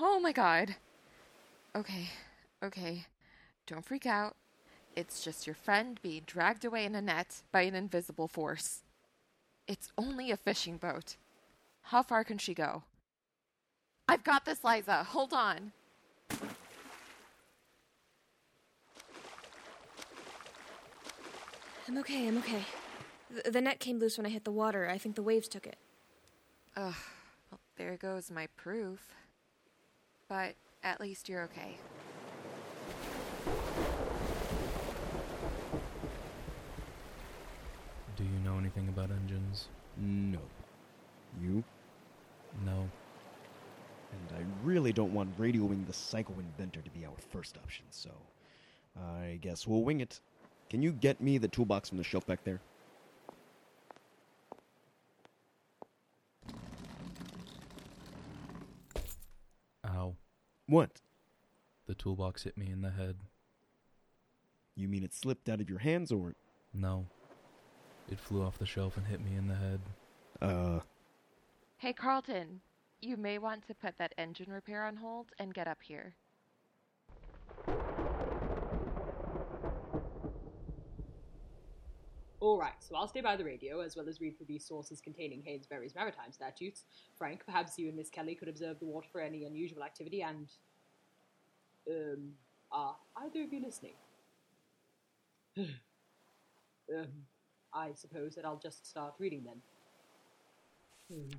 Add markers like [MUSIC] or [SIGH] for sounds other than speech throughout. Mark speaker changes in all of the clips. Speaker 1: Oh my god. Okay, okay. Don't freak out. It's just your friend being dragged away in a net by an invisible force. It's only a fishing boat. How far can she go? I've got this, Liza. Hold on.
Speaker 2: I'm okay, I'm okay. The, the net came loose when I hit the water. I think the waves took it.
Speaker 1: Ugh, well, there goes my proof. But at least you're okay.
Speaker 3: Do you know anything about engines?
Speaker 4: No. You?
Speaker 3: No.
Speaker 4: And I really don't want radioing the psycho inventor to be our first option, so I guess we'll wing it. Can you get me the toolbox from the shelf back there?
Speaker 3: Ow.
Speaker 4: What?
Speaker 3: The toolbox hit me in the head.
Speaker 4: You mean it slipped out of your hands or.
Speaker 3: No. It flew off the shelf and hit me in the head.
Speaker 4: Uh.
Speaker 1: Hey, Carlton, you may want to put that engine repair on hold and get up here.
Speaker 5: Alright, so I'll stay by the radio as well as read through these sources containing Hainesbury's maritime statutes. Frank, perhaps you and Miss Kelly could observe the water for any unusual activity and. Um, are either of you listening? [SIGHS] um, I suppose that I'll just start reading then. Hmm.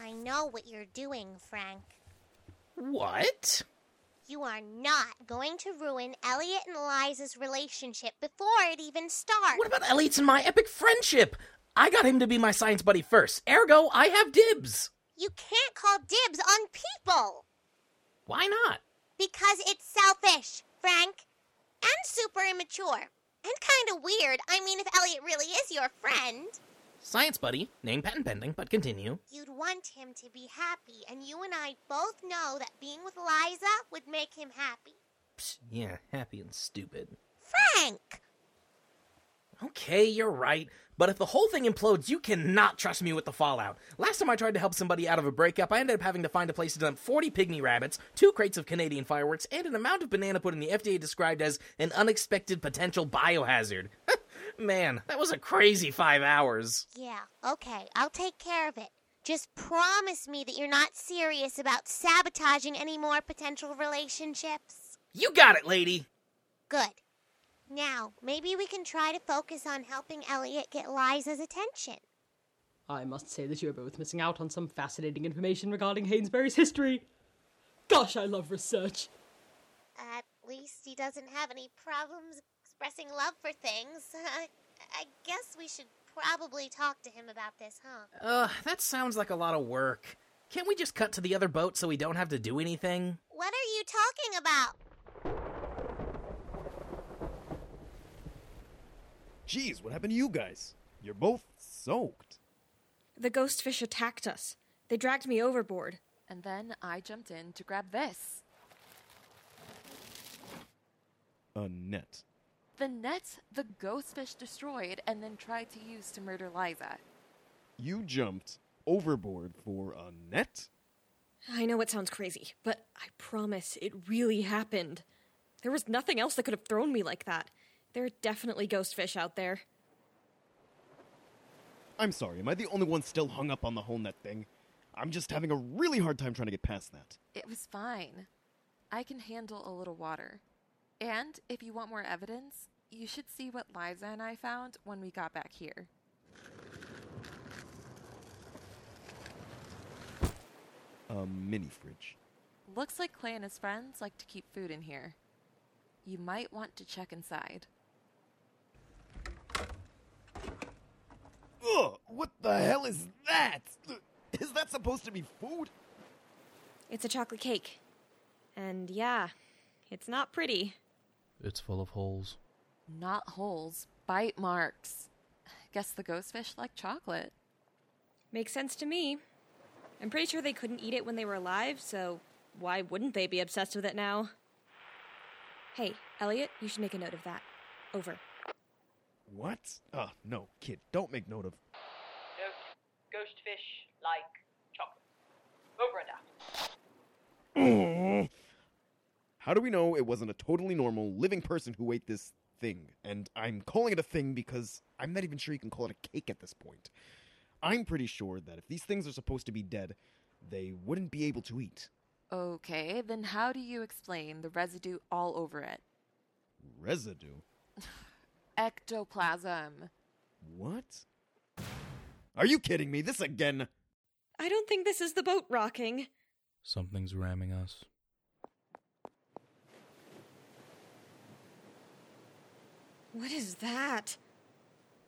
Speaker 6: I know what you're doing, Frank.
Speaker 7: What?
Speaker 6: You are not going to ruin Elliot and Eliza's relationship before it even starts.
Speaker 7: What about Elliot's and my epic friendship? I got him to be my science buddy first. Ergo, I have dibs.
Speaker 6: you can't call dibs on people
Speaker 7: Why not?
Speaker 6: because it's selfish, Frank, and super immature. And kind of weird. I mean, if Elliot really is your friend,
Speaker 7: Science buddy, name patent pending, but continue.
Speaker 6: you'd want him to be happy, and you and I both know that being with Eliza would make him happy.
Speaker 7: Psh, yeah, happy and stupid.
Speaker 6: Frank!
Speaker 7: Okay, you're right. But if the whole thing implodes, you cannot trust me with the fallout. Last time I tried to help somebody out of a breakup, I ended up having to find a place to dump 40 pygmy rabbits, two crates of Canadian fireworks, and an amount of banana pudding the FDA described as an unexpected potential biohazard. [LAUGHS] Man, that was a crazy five hours.
Speaker 6: Yeah, okay, I'll take care of it. Just promise me that you're not serious about sabotaging any more potential relationships.
Speaker 7: You got it, lady.
Speaker 6: Good. Now, maybe we can try to focus on helping Elliot get Liza's attention.
Speaker 5: I must say that you are both missing out on some fascinating information regarding Hainesbury's history. Gosh, I love research.
Speaker 6: At least he doesn't have any problems expressing love for things. [LAUGHS] I, I guess we should probably talk to him about this, huh?
Speaker 7: Ugh, that sounds like a lot of work. Can't we just cut to the other boat so we don't have to do anything?
Speaker 6: What are you talking about?
Speaker 4: Jeez, what happened to you guys? You're both soaked.
Speaker 2: The ghost fish attacked us. They dragged me overboard.
Speaker 1: And then I jumped in to grab this.
Speaker 4: A net.
Speaker 1: The net the ghostfish destroyed and then tried to use to murder Liza.
Speaker 4: You jumped overboard for a net?
Speaker 2: I know it sounds crazy, but I promise it really happened. There was nothing else that could have thrown me like that. There are definitely ghost fish out there.
Speaker 4: I'm sorry, am I the only one still hung up on the whole net thing? I'm just having a really hard time trying to get past that.
Speaker 1: It was fine. I can handle a little water. And if you want more evidence, you should see what Liza and I found when we got back here.
Speaker 4: A mini fridge.
Speaker 1: Looks like Clay and his friends like to keep food in here. You might want to check inside.
Speaker 4: Ugh, what the hell is that? Ugh, Is that supposed to be food?
Speaker 2: It's a chocolate cake. And yeah, it's not pretty.
Speaker 3: It's full of holes.
Speaker 1: Not holes, bite marks. Guess the ghostfish like chocolate.
Speaker 2: Makes sense to me. I'm pretty sure they couldn't eat it when they were alive, so why wouldn't they be obsessed with it now? Hey, Elliot, you should make a note of that. Over.
Speaker 4: What? Ah, no, kid, don't make note of.
Speaker 8: No, ghost fish like chocolate.
Speaker 4: Ugh. How do we know it wasn't a totally normal living person who ate this thing? And I'm calling it a thing because I'm not even sure you can call it a cake at this point. I'm pretty sure that if these things are supposed to be dead, they wouldn't be able to eat.
Speaker 1: Okay, then how do you explain the residue all over it?
Speaker 4: Residue?
Speaker 1: Ectoplasm.
Speaker 4: What? Are you kidding me? This again?
Speaker 2: I don't think this is the boat rocking.
Speaker 3: Something's ramming us.
Speaker 2: What is that?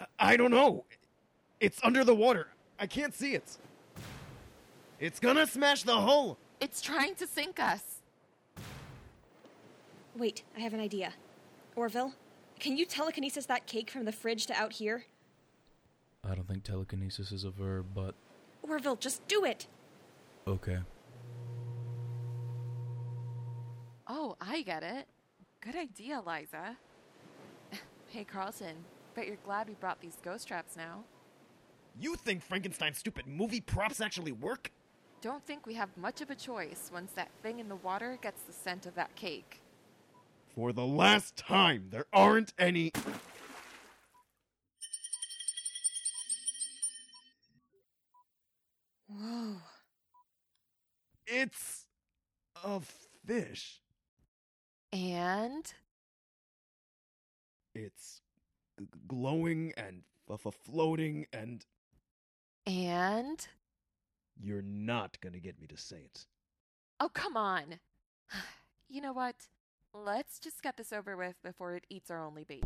Speaker 4: I- I don't know. It's under the water. I can't see it. It's gonna smash the hull.
Speaker 1: It's trying to sink us.
Speaker 2: Wait, I have an idea. Orville, can you telekinesis that cake from the fridge to out here?
Speaker 3: I don't think telekinesis is a verb, but
Speaker 2: Orville, just do it!
Speaker 3: okay.
Speaker 1: Oh, I get it. Good idea, Liza. [LAUGHS] hey, Carlton, bet you're glad we brought these ghost traps now.
Speaker 4: You think Frankenstein's stupid movie props actually work?
Speaker 1: Don't think we have much of a choice once that thing in the water gets the scent of that cake.
Speaker 4: For the last time, there aren't any.
Speaker 2: Whoa.
Speaker 4: It's a fish.
Speaker 1: And
Speaker 4: It's g- glowing and f- f- floating, and
Speaker 1: and
Speaker 4: you're not gonna get me to say it.
Speaker 1: oh, come on. [SIGHS] You know what? Let's just get this over with before it eats our only bait.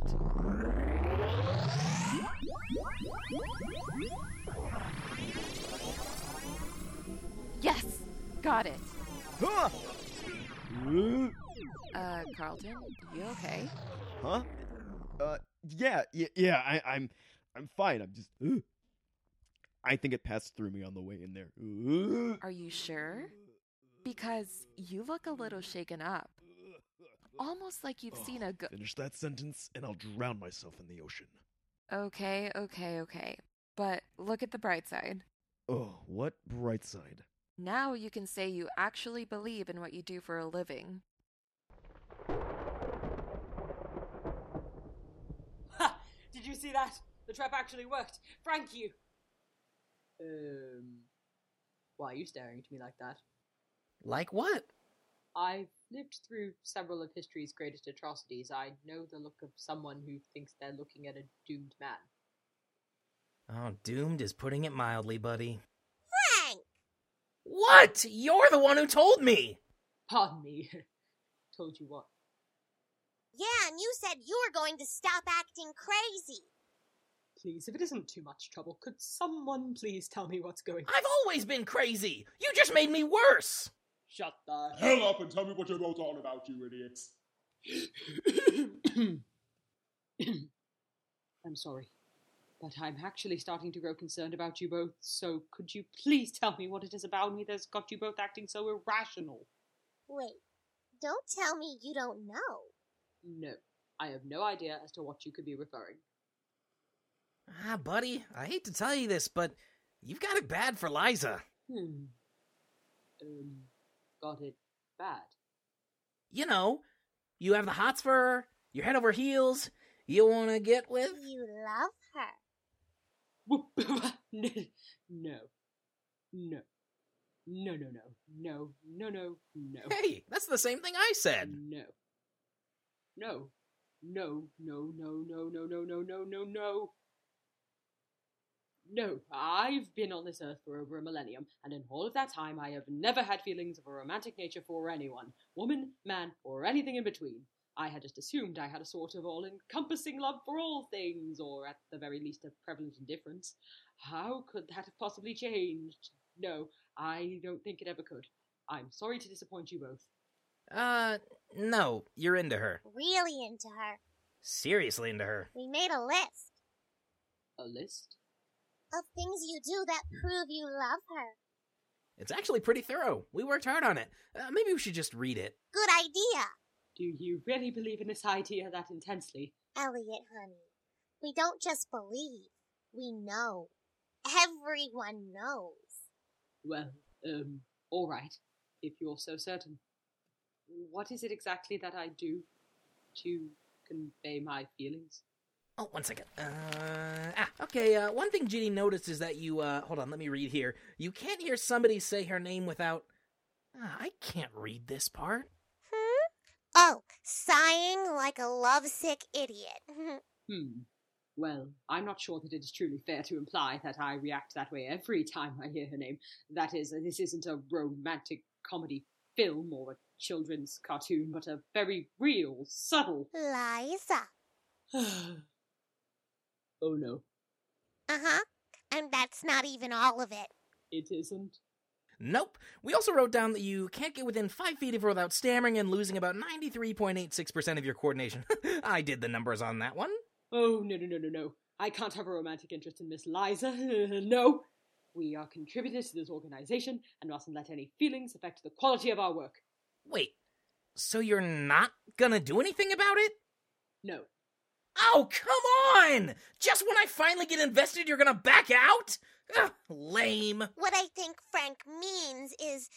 Speaker 1: Yes, got it.
Speaker 4: Huh?
Speaker 1: Uh, Carlton, you okay?
Speaker 4: Huh? Uh, yeah, yeah, yeah. I, I'm, I'm fine. I'm just. I think it passed through me on the way in there.
Speaker 1: Are you sure? Because you look a little shaken up. Almost like you've seen a go-
Speaker 4: Finish that sentence, and I'll drown myself in the ocean.
Speaker 1: Okay, okay, okay. But look at the bright side.
Speaker 4: Oh, what bright side.
Speaker 1: Now you can say you actually believe in what you do for a living.
Speaker 5: Ha! Did you see that? The trap actually worked. Frank, you. Um, why are you staring at me like that?
Speaker 7: Like what?
Speaker 5: I've lived through several of history's greatest atrocities. I know the look of someone who thinks they're looking at a doomed man.
Speaker 7: Oh, doomed is putting it mildly, buddy.
Speaker 6: Frank!
Speaker 7: What? You're the one who told me!
Speaker 5: Pardon me. [LAUGHS] Told you what.
Speaker 6: Yeah, and you said you were going to stop acting crazy.
Speaker 5: Please, if it isn't too much trouble, could someone please tell me what's going
Speaker 7: I've always been crazy! You just made me worse!
Speaker 5: Shut the
Speaker 8: Hell up and tell me what you're both on about, you idiots.
Speaker 5: [COUGHS] I'm sorry. But I'm actually starting to grow concerned about you both, so could you please tell me what it is about me that's got you both acting so irrational?
Speaker 6: Wait, don't tell me you don't know.
Speaker 5: No, I have no idea as to what you could be referring.
Speaker 7: Ah, buddy, I hate to tell you this, but you've got it bad for Liza.
Speaker 5: Hmm. Um, got it bad.
Speaker 7: You know, you have the hots for her, you're head over heels, you wanna get with.
Speaker 6: You love her.
Speaker 5: Whoop, [LAUGHS] no, no, no, no, no, no, no, no, no, no.
Speaker 7: Hey, that's the same thing I said!
Speaker 5: No. No. No, no, no, no, no, no, no, no, no, no. No, I've been on this earth for over a millennium, and in all of that time, I have never had feelings of a romantic nature for anyone woman, man, or anything in between. I had just assumed I had a sort of all encompassing love for all things, or at the very least, a prevalent indifference. How could that have possibly changed? No, I don't think it ever could. I'm sorry to disappoint you both.
Speaker 7: Uh, no, you're into her.
Speaker 6: Really into her.
Speaker 7: Seriously into her.
Speaker 6: We made a list
Speaker 5: A list?
Speaker 6: of things you do that prove you love her.
Speaker 7: It's actually pretty thorough. We worked hard on it. Uh, maybe we should just read it.
Speaker 6: Good idea,
Speaker 5: Do you really believe in this idea that intensely?
Speaker 6: Elliot, honey. We don't just believe, we know. Everyone knows.
Speaker 5: Well, um, all right. if you're so certain. What is it exactly that I do to convey my feelings?
Speaker 7: Oh, one second. Uh, ah, okay. Uh, one thing Ginny noticed is that you. Uh, hold on, let me read here. You can't hear somebody say her name without. Ah, I can't read this part.
Speaker 6: Hmm? Oh, sighing like a lovesick idiot. [LAUGHS]
Speaker 5: Hmm. Well, I'm not sure that it is truly fair to imply that I react that way every time I hear her name. That is, this isn't a romantic comedy film or a children's cartoon, but a very real, subtle. [SIGHS]
Speaker 6: Liza.
Speaker 5: oh no,
Speaker 6: Uh huh. And that's not even all of it.
Speaker 5: it isn't.
Speaker 7: Nope. We also wrote down that you can't get within five feet of her without stammering and losing about 93.86% of your coordination. [LAUGHS] I did the numbers on that one.
Speaker 5: Oh, no, no, no, no, no. I can't have a romantic interest in Miss Liza. [LAUGHS] no. We are contributors to this organization and mustn't let any feelings affect the quality of our work.
Speaker 7: Wait, so you're not gonna do anything about it?
Speaker 5: No.
Speaker 7: Oh, come on! Just when I finally get invested, you're gonna back out? Ugh, lame.
Speaker 6: What I think Frank means is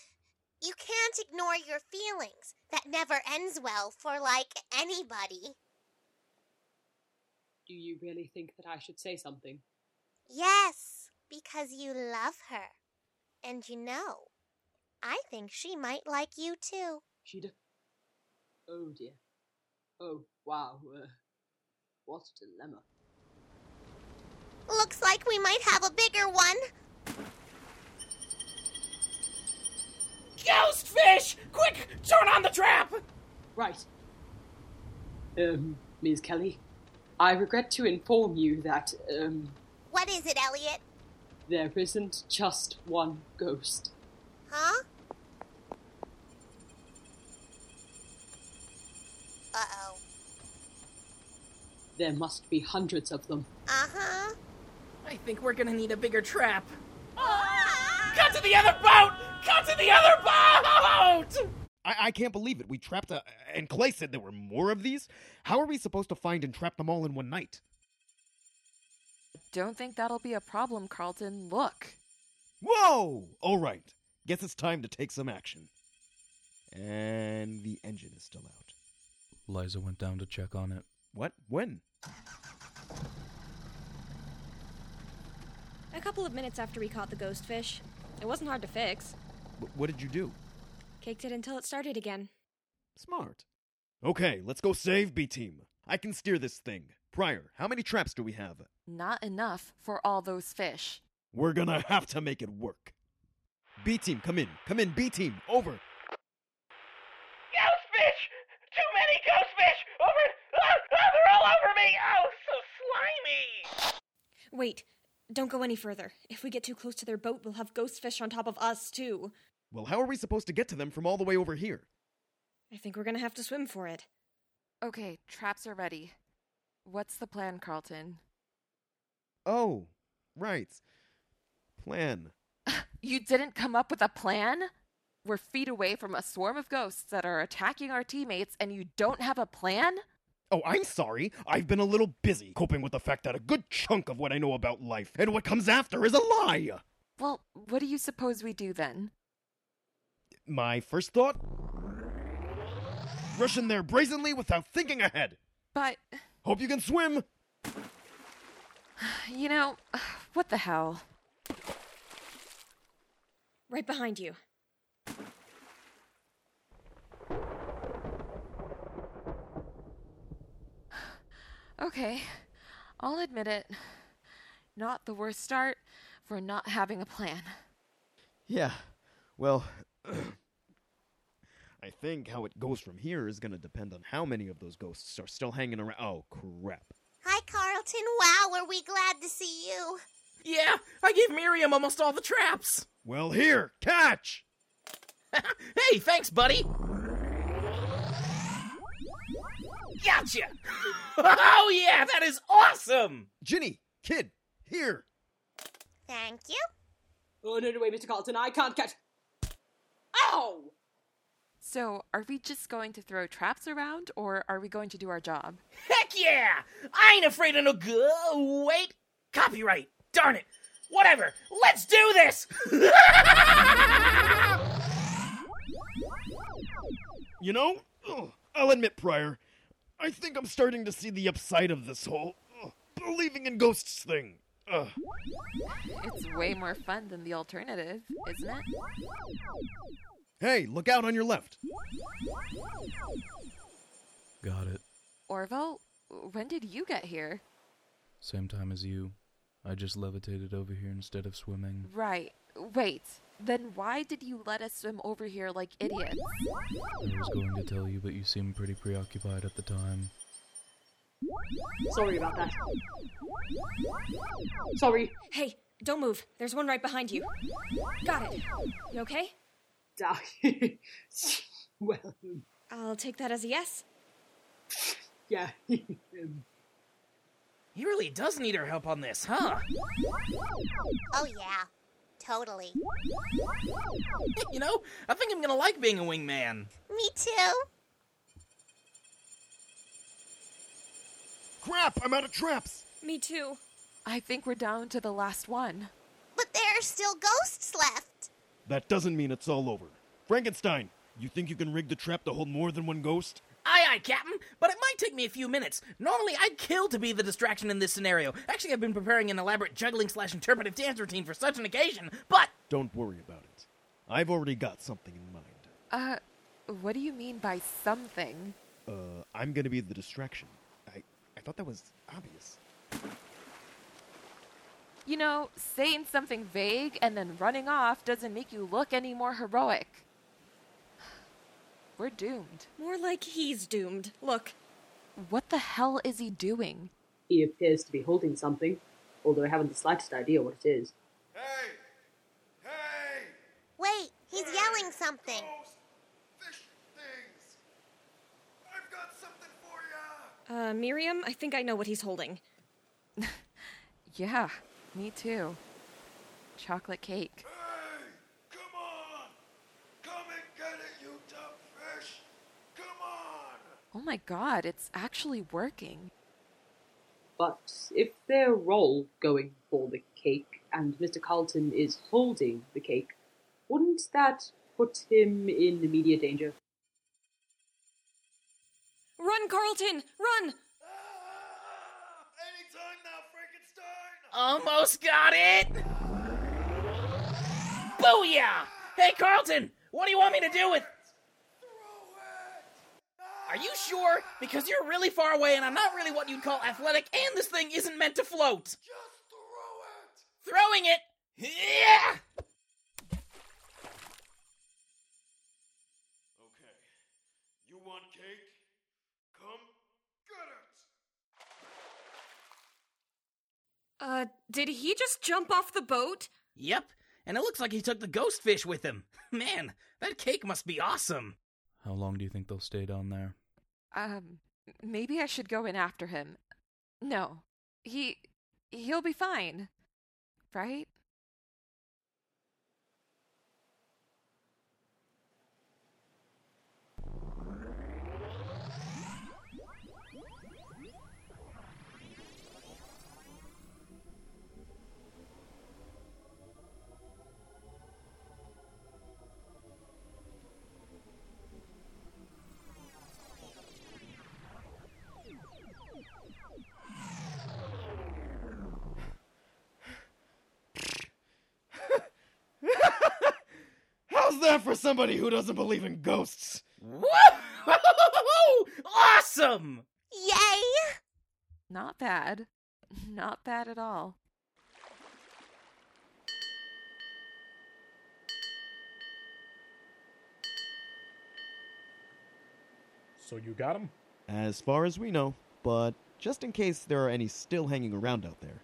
Speaker 6: you can't ignore your feelings. That never ends well for, like, anybody.
Speaker 5: Do you really think that I should say something?
Speaker 6: Yes, because you love her. And you know, I think she might like you too.
Speaker 5: She d- Oh dear. Oh, wow. Uh, what a dilemma.
Speaker 6: Looks like we might have a bigger one.
Speaker 7: Ghostfish! Quick, turn on the trap!
Speaker 5: Right. Um, Ms. Kelly, I regret to inform you that, um,
Speaker 6: What is it, Elliot?
Speaker 5: there isn't just one ghost.
Speaker 6: Huh? Uh oh.
Speaker 5: There must be hundreds of them.
Speaker 6: Uh huh.
Speaker 7: I think we're gonna need a bigger trap. Cut to the other boat! Cut to the other boat!
Speaker 4: I, I can't believe it. We trapped a. And Clay said there were more of these? How are we supposed to find and trap them all in one night?
Speaker 1: Don't think that'll be a problem, Carlton. Look.
Speaker 4: Whoa! All right. Guess it's time to take some action. And the engine is still out.
Speaker 3: Liza went down to check on it.
Speaker 4: What? When?
Speaker 2: A couple of minutes after we caught the ghost fish, it wasn't hard to fix.
Speaker 4: Wh- what did you do?
Speaker 2: Caked it until it started again.
Speaker 4: Smart. Okay, let's go save B Team. I can steer this thing. Prior, how many traps do we have?
Speaker 1: Not enough for all those fish.
Speaker 4: We're gonna have to make it work. B Team, come in. Come in, B Team. Over.
Speaker 9: Ghostfish! Too many ghostfish! Over! Ah, ah, they're all over me! Oh, so slimy!
Speaker 2: Wait, don't go any further. If we get too close to their boat, we'll have ghost fish on top of us, too.
Speaker 4: Well, how are we supposed to get to them from all the way over here?
Speaker 2: I think we're gonna have to swim for it.
Speaker 1: Okay, traps are ready. What's the plan, Carlton?
Speaker 4: Oh, right. Plan.
Speaker 1: You didn't come up with a plan? We're feet away from a swarm of ghosts that are attacking our teammates, and you don't have a plan?
Speaker 4: Oh, I'm sorry. I've been a little busy coping with the fact that a good chunk of what I know about life and what comes after is a lie.
Speaker 1: Well, what do you suppose we do then?
Speaker 4: My first thought? Rush in there brazenly without thinking ahead.
Speaker 1: But,
Speaker 4: Hope you can swim.
Speaker 1: you know, [SIGHS] what the hell?
Speaker 2: Right behind you.
Speaker 1: Okay, I'll admit it. Not the worst start for not having a plan.
Speaker 4: Yeah. Well, [CLEARS THROAT] I think how it goes from here is going to depend on how many of those ghosts are still hanging around. Oh, crap.
Speaker 6: Hi, Carlton. Wow, are we glad to see you.
Speaker 7: Yeah, I gave Miriam almost all the traps.
Speaker 4: Well, here, catch!
Speaker 7: hey, thanks, buddy. Gotcha! [LAUGHS] oh, yeah, that is awesome!
Speaker 4: Ginny, kid, here.
Speaker 6: Thank you.
Speaker 5: Oh, no, no, wait, Mr. Carlton, I can't catch. Ow!
Speaker 1: So, are we just going to throw traps around, or are we going to do our job?
Speaker 7: Heck yeah! I ain't afraid of no good. Wait, copyright. Darn it. Whatever. Let's do this!
Speaker 4: You know, [CLEARS THROAT] Ugh, I'll admit, Pryor, I think I'm starting to see the upside of this whole ugh, believing in ghosts thing. Ugh.
Speaker 1: It's way more fun than the alternative, isn't it?
Speaker 4: Hey, look out on your left.
Speaker 3: Got it.
Speaker 1: Orville, when did you get here?
Speaker 3: Same time as you. I just levitated over here instead of swimming.
Speaker 1: Right. Wait. Then why did you let us swim over here like idiots?
Speaker 3: I was going to tell you, but you seemed pretty preoccupied at the time.
Speaker 5: Sorry about that. Sorry. [LAUGHS]
Speaker 2: Hey, don't move. There's one right behind you. Got it. You okay?
Speaker 5: Ah, well, um,
Speaker 2: I'll take that as a yes.
Speaker 5: yeah. [LAUGHS] um,
Speaker 7: [LAUGHS] He really does need our help on this, huh?
Speaker 6: Oh, yeah. Totally. [LAUGHS]
Speaker 7: You know, I think I'm gonna like being a wingman.
Speaker 6: Me too.
Speaker 4: Crap, I'm out of traps.
Speaker 2: Me too.
Speaker 1: I think we're down to the last one.
Speaker 6: But there are still ghosts left.
Speaker 4: That doesn't mean it's all over. Frankenstein, you think you can rig the trap to hold more than one ghost?
Speaker 7: Aye, aye, Captain, but it might take me a few minutes. Normally, I'd kill to be the distraction in this scenario. Actually, I've been preparing an elaborate juggling slash interpretive dance routine for such an occasion, but
Speaker 4: Don't worry about it. I've already got something in mind.
Speaker 1: Uh, what do you mean by something?
Speaker 4: Uh, I'm gonna be the distraction. I, I thought that was obvious.
Speaker 1: You know, saying something vague and then running off doesn't make you look any more heroic. We're doomed.
Speaker 2: More like he's doomed. Look,
Speaker 1: What the hell is he doing?
Speaker 5: he appears to be holding something, although I haven't the slightest idea what it is.
Speaker 9: Hey! Hey!
Speaker 6: Wait, he's yelling something.
Speaker 9: Those fish things! I've got something for ya!
Speaker 2: uh, Miriam, I think I know what he's holding.
Speaker 1: Yeah, me too. Chocolate cake.
Speaker 9: Hey! Come on! Come and get it, you dumb fish! Come on!
Speaker 1: Oh my god, it's actually working.
Speaker 5: But if they're all going for the cake and Mr. Carlton is holding the cake, wouldn't that put him in immediate danger?
Speaker 2: Run, Carlton! Run!
Speaker 9: Ah! Anytime now, Frankenstein!
Speaker 7: almost got it! Booyah! Hey, Carlton, what do you want me to do with.
Speaker 9: Throw it!
Speaker 7: Are you sure? Because you're really far away and I'm not really what you'd call athletic, and this thing isn't meant to float!
Speaker 9: Just throw it!
Speaker 7: Throwing it! Yeah!
Speaker 9: Okay. You want cake? Come get it!
Speaker 2: Uh, did he just jump off the boat?
Speaker 7: Yep, and it looks like he took the ghost fish with him. [LAUGHS] Man, that cake must be awesome.
Speaker 3: How long do you think they'll stay down there?
Speaker 1: Um, maybe I should go in after him. No, he he'll be fine, right?
Speaker 4: How's that for somebody who doesn't believe in ghosts?
Speaker 7: Whoa! Awesome!
Speaker 6: Yay!
Speaker 1: Not bad. Not bad at all.
Speaker 10: So you got him?
Speaker 4: As far as we know, but just in case there are any still hanging around out there,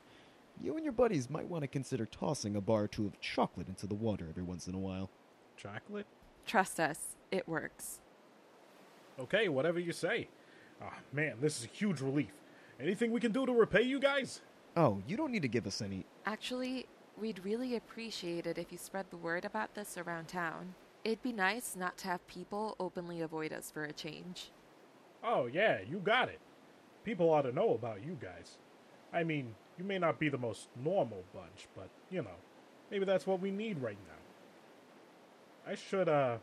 Speaker 4: you and your buddies might want to consider tossing a bar or two of chocolate into the water every once in a while.
Speaker 10: Chocolate?
Speaker 1: Trust us, it works.
Speaker 10: Okay, whatever you say. Ah, man, this is a huge relief. Anything we can do to repay you guys?
Speaker 4: Oh, you don't need to give us any.
Speaker 1: Actually, we'd really appreciate it if you spread the word about this around town. It'd be nice not to have people openly avoid us for a change.
Speaker 10: Oh, yeah, you got it. People ought to know about you guys. I mean, you may not be the most normal bunch, but, you know, maybe that's what we need right now. I should, uh,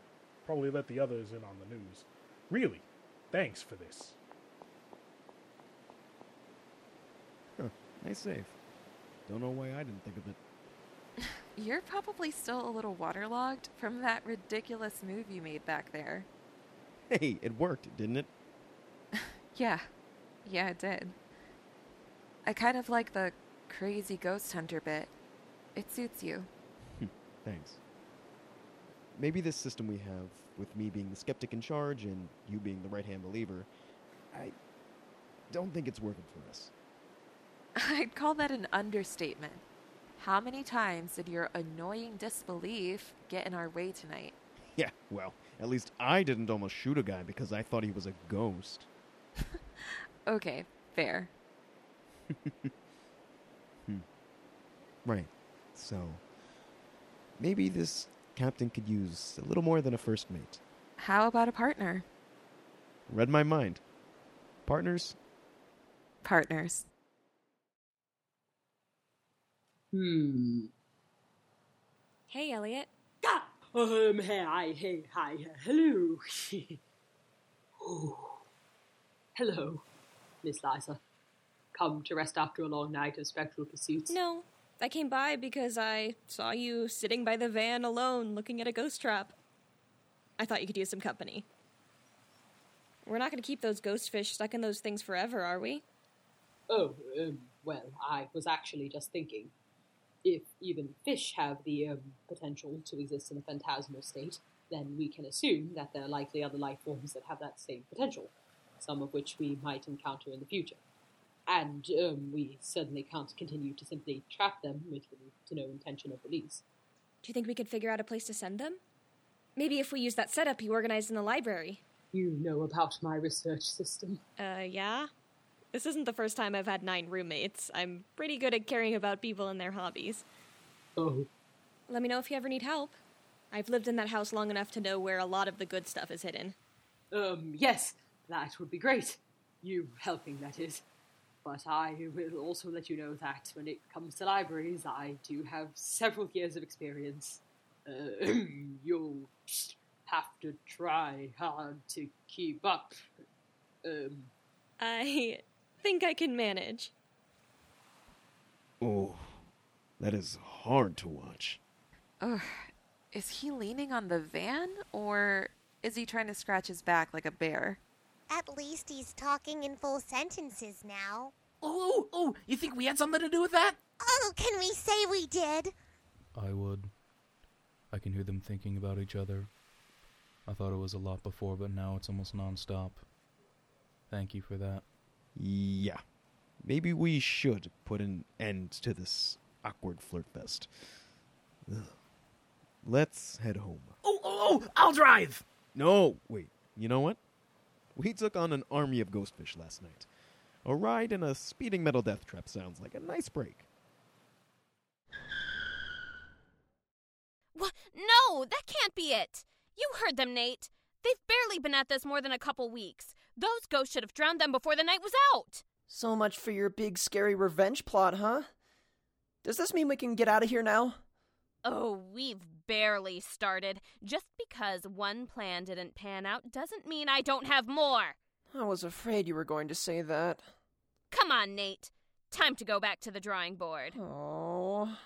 Speaker 10: probably let the others in on the news.
Speaker 11: Really, thanks for this.
Speaker 4: Huh, nice save. Don't know why I didn't think of it.
Speaker 1: You're probably still a little waterlogged from that ridiculous move you made back there.
Speaker 4: Hey, it worked, didn't it?
Speaker 1: Yeah. Yeah, it did. I kind of like the crazy ghost hunter bit. It suits you. [LAUGHS]
Speaker 4: Thanks. Maybe this system we have, with me being the skeptic in charge and you being the right hand believer, I don't think it's working for us.
Speaker 1: I'd call that an understatement. How many times did your annoying disbelief get in our way tonight?
Speaker 4: [LAUGHS] Yeah, well, at least I didn't almost shoot a guy because I thought he was a ghost.
Speaker 1: Okay, fair.
Speaker 4: Right. So, maybe this captain could use a little more than a first mate.
Speaker 1: How about a partner?
Speaker 4: Read my mind. Partners?
Speaker 1: Partners.
Speaker 5: Hmm.
Speaker 2: Hey, Elliot.
Speaker 5: [LAUGHS] Ah, um, hi, hey, hi, hello. [LAUGHS] Ooh. Hello, Miss Liza. Come to rest after a long night of spectral pursuits.
Speaker 2: No, I came by because I saw you sitting by the van alone looking at a ghost trap. I thought you could use some company. We're not going to keep those ghost fish stuck in those things forever, are we?
Speaker 5: Oh, um, well, I was actually just thinking. If even fish have the um, potential to exist in a phantasmal state, then we can assume that there are likely other life forms that have that same potential, some of which we might encounter in the future. And um, we certainly can't continue to simply trap them with little to no intention of release.
Speaker 2: Do you think we could figure out a place to send them? Maybe if we use that setup you organized in the library.
Speaker 5: You know about my research system.
Speaker 2: Uh, yeah? This isn't the first time I've had nine roommates. I'm pretty good at caring about people and their hobbies.
Speaker 5: Oh,
Speaker 2: Let me know if you ever need help. I've lived in that house long enough to know where a lot of the good stuff is hidden.
Speaker 5: Um, yes, that would be great. You helping, that is. But I will also let you know that when it comes to libraries, I do have several years of experience. [CLEARS THROAT] Uh, you'll have to try hard to keep up. Um,
Speaker 2: I think I can manage.
Speaker 4: Oh, that is hard to watch.
Speaker 1: Ugh. Is he leaning on the van or is he trying to scratch his back like a bear?
Speaker 6: At least he's talking in full sentences now.
Speaker 3: Oh, oh, oh, you think we had something to do with that?
Speaker 6: Oh, can we say we did?
Speaker 12: I would. I can hear them thinking about each other. I thought it was a lot before, but now it's almost nonstop. Thank you for that.
Speaker 4: Yeah. Maybe we should put an end to this awkward flirt fest. Ugh. Let's head home.
Speaker 3: Oh, oh, oh, I'll drive!
Speaker 4: No, wait. You know what? We took on an army of ghostfish last night. A ride in a speeding metal death trap sounds like a nice break.
Speaker 13: What? No, that can't be it. You heard them, Nate. They've barely been at this more than a couple weeks. Those ghosts should have drowned them before the night was out.
Speaker 14: So much for your big scary revenge plot, huh? Does this mean we can get out of here now?
Speaker 13: Oh, we've barely started. Just because one plan didn't pan out doesn't mean I don't have more.
Speaker 14: I was afraid you were going to say that.
Speaker 13: Come on, Nate. Time to go back to the drawing board.
Speaker 14: Oh.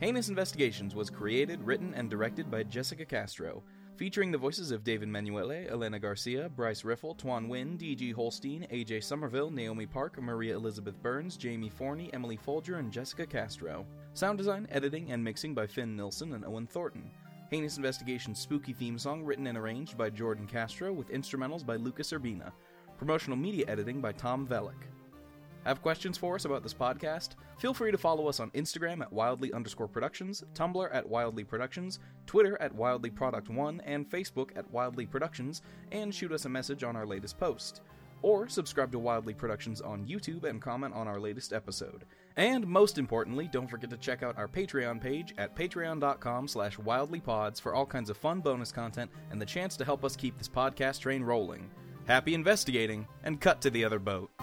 Speaker 3: Heinous Investigations was created, written, and directed by Jessica Castro, featuring the voices of David Manuele, Elena Garcia, Bryce Riffle, Tuan Nguyen, D.G. Holstein, A.J. Somerville, Naomi Park, Maria Elizabeth Burns, Jamie Forney, Emily Folger, and Jessica Castro. Sound design, editing, and mixing by Finn Nilsson and Owen Thornton. Heinous Investigations' spooky theme song written and arranged by Jordan Castro with instrumentals by Lucas Urbina. Promotional media editing by Tom Velick. Have questions for us about this podcast? Feel free to follow us on Instagram at wildly underscore productions, Tumblr at wildly productions, Twitter at wildly product one, and Facebook at wildly productions, and shoot us a message on our latest post. Or subscribe to Wildly Productions on YouTube and comment on our latest episode. And most importantly, don't forget to check out our Patreon page at patreon.com slash wildlypods for all kinds of fun bonus content and the chance to help us keep this podcast train rolling. Happy investigating, and cut to the other boat.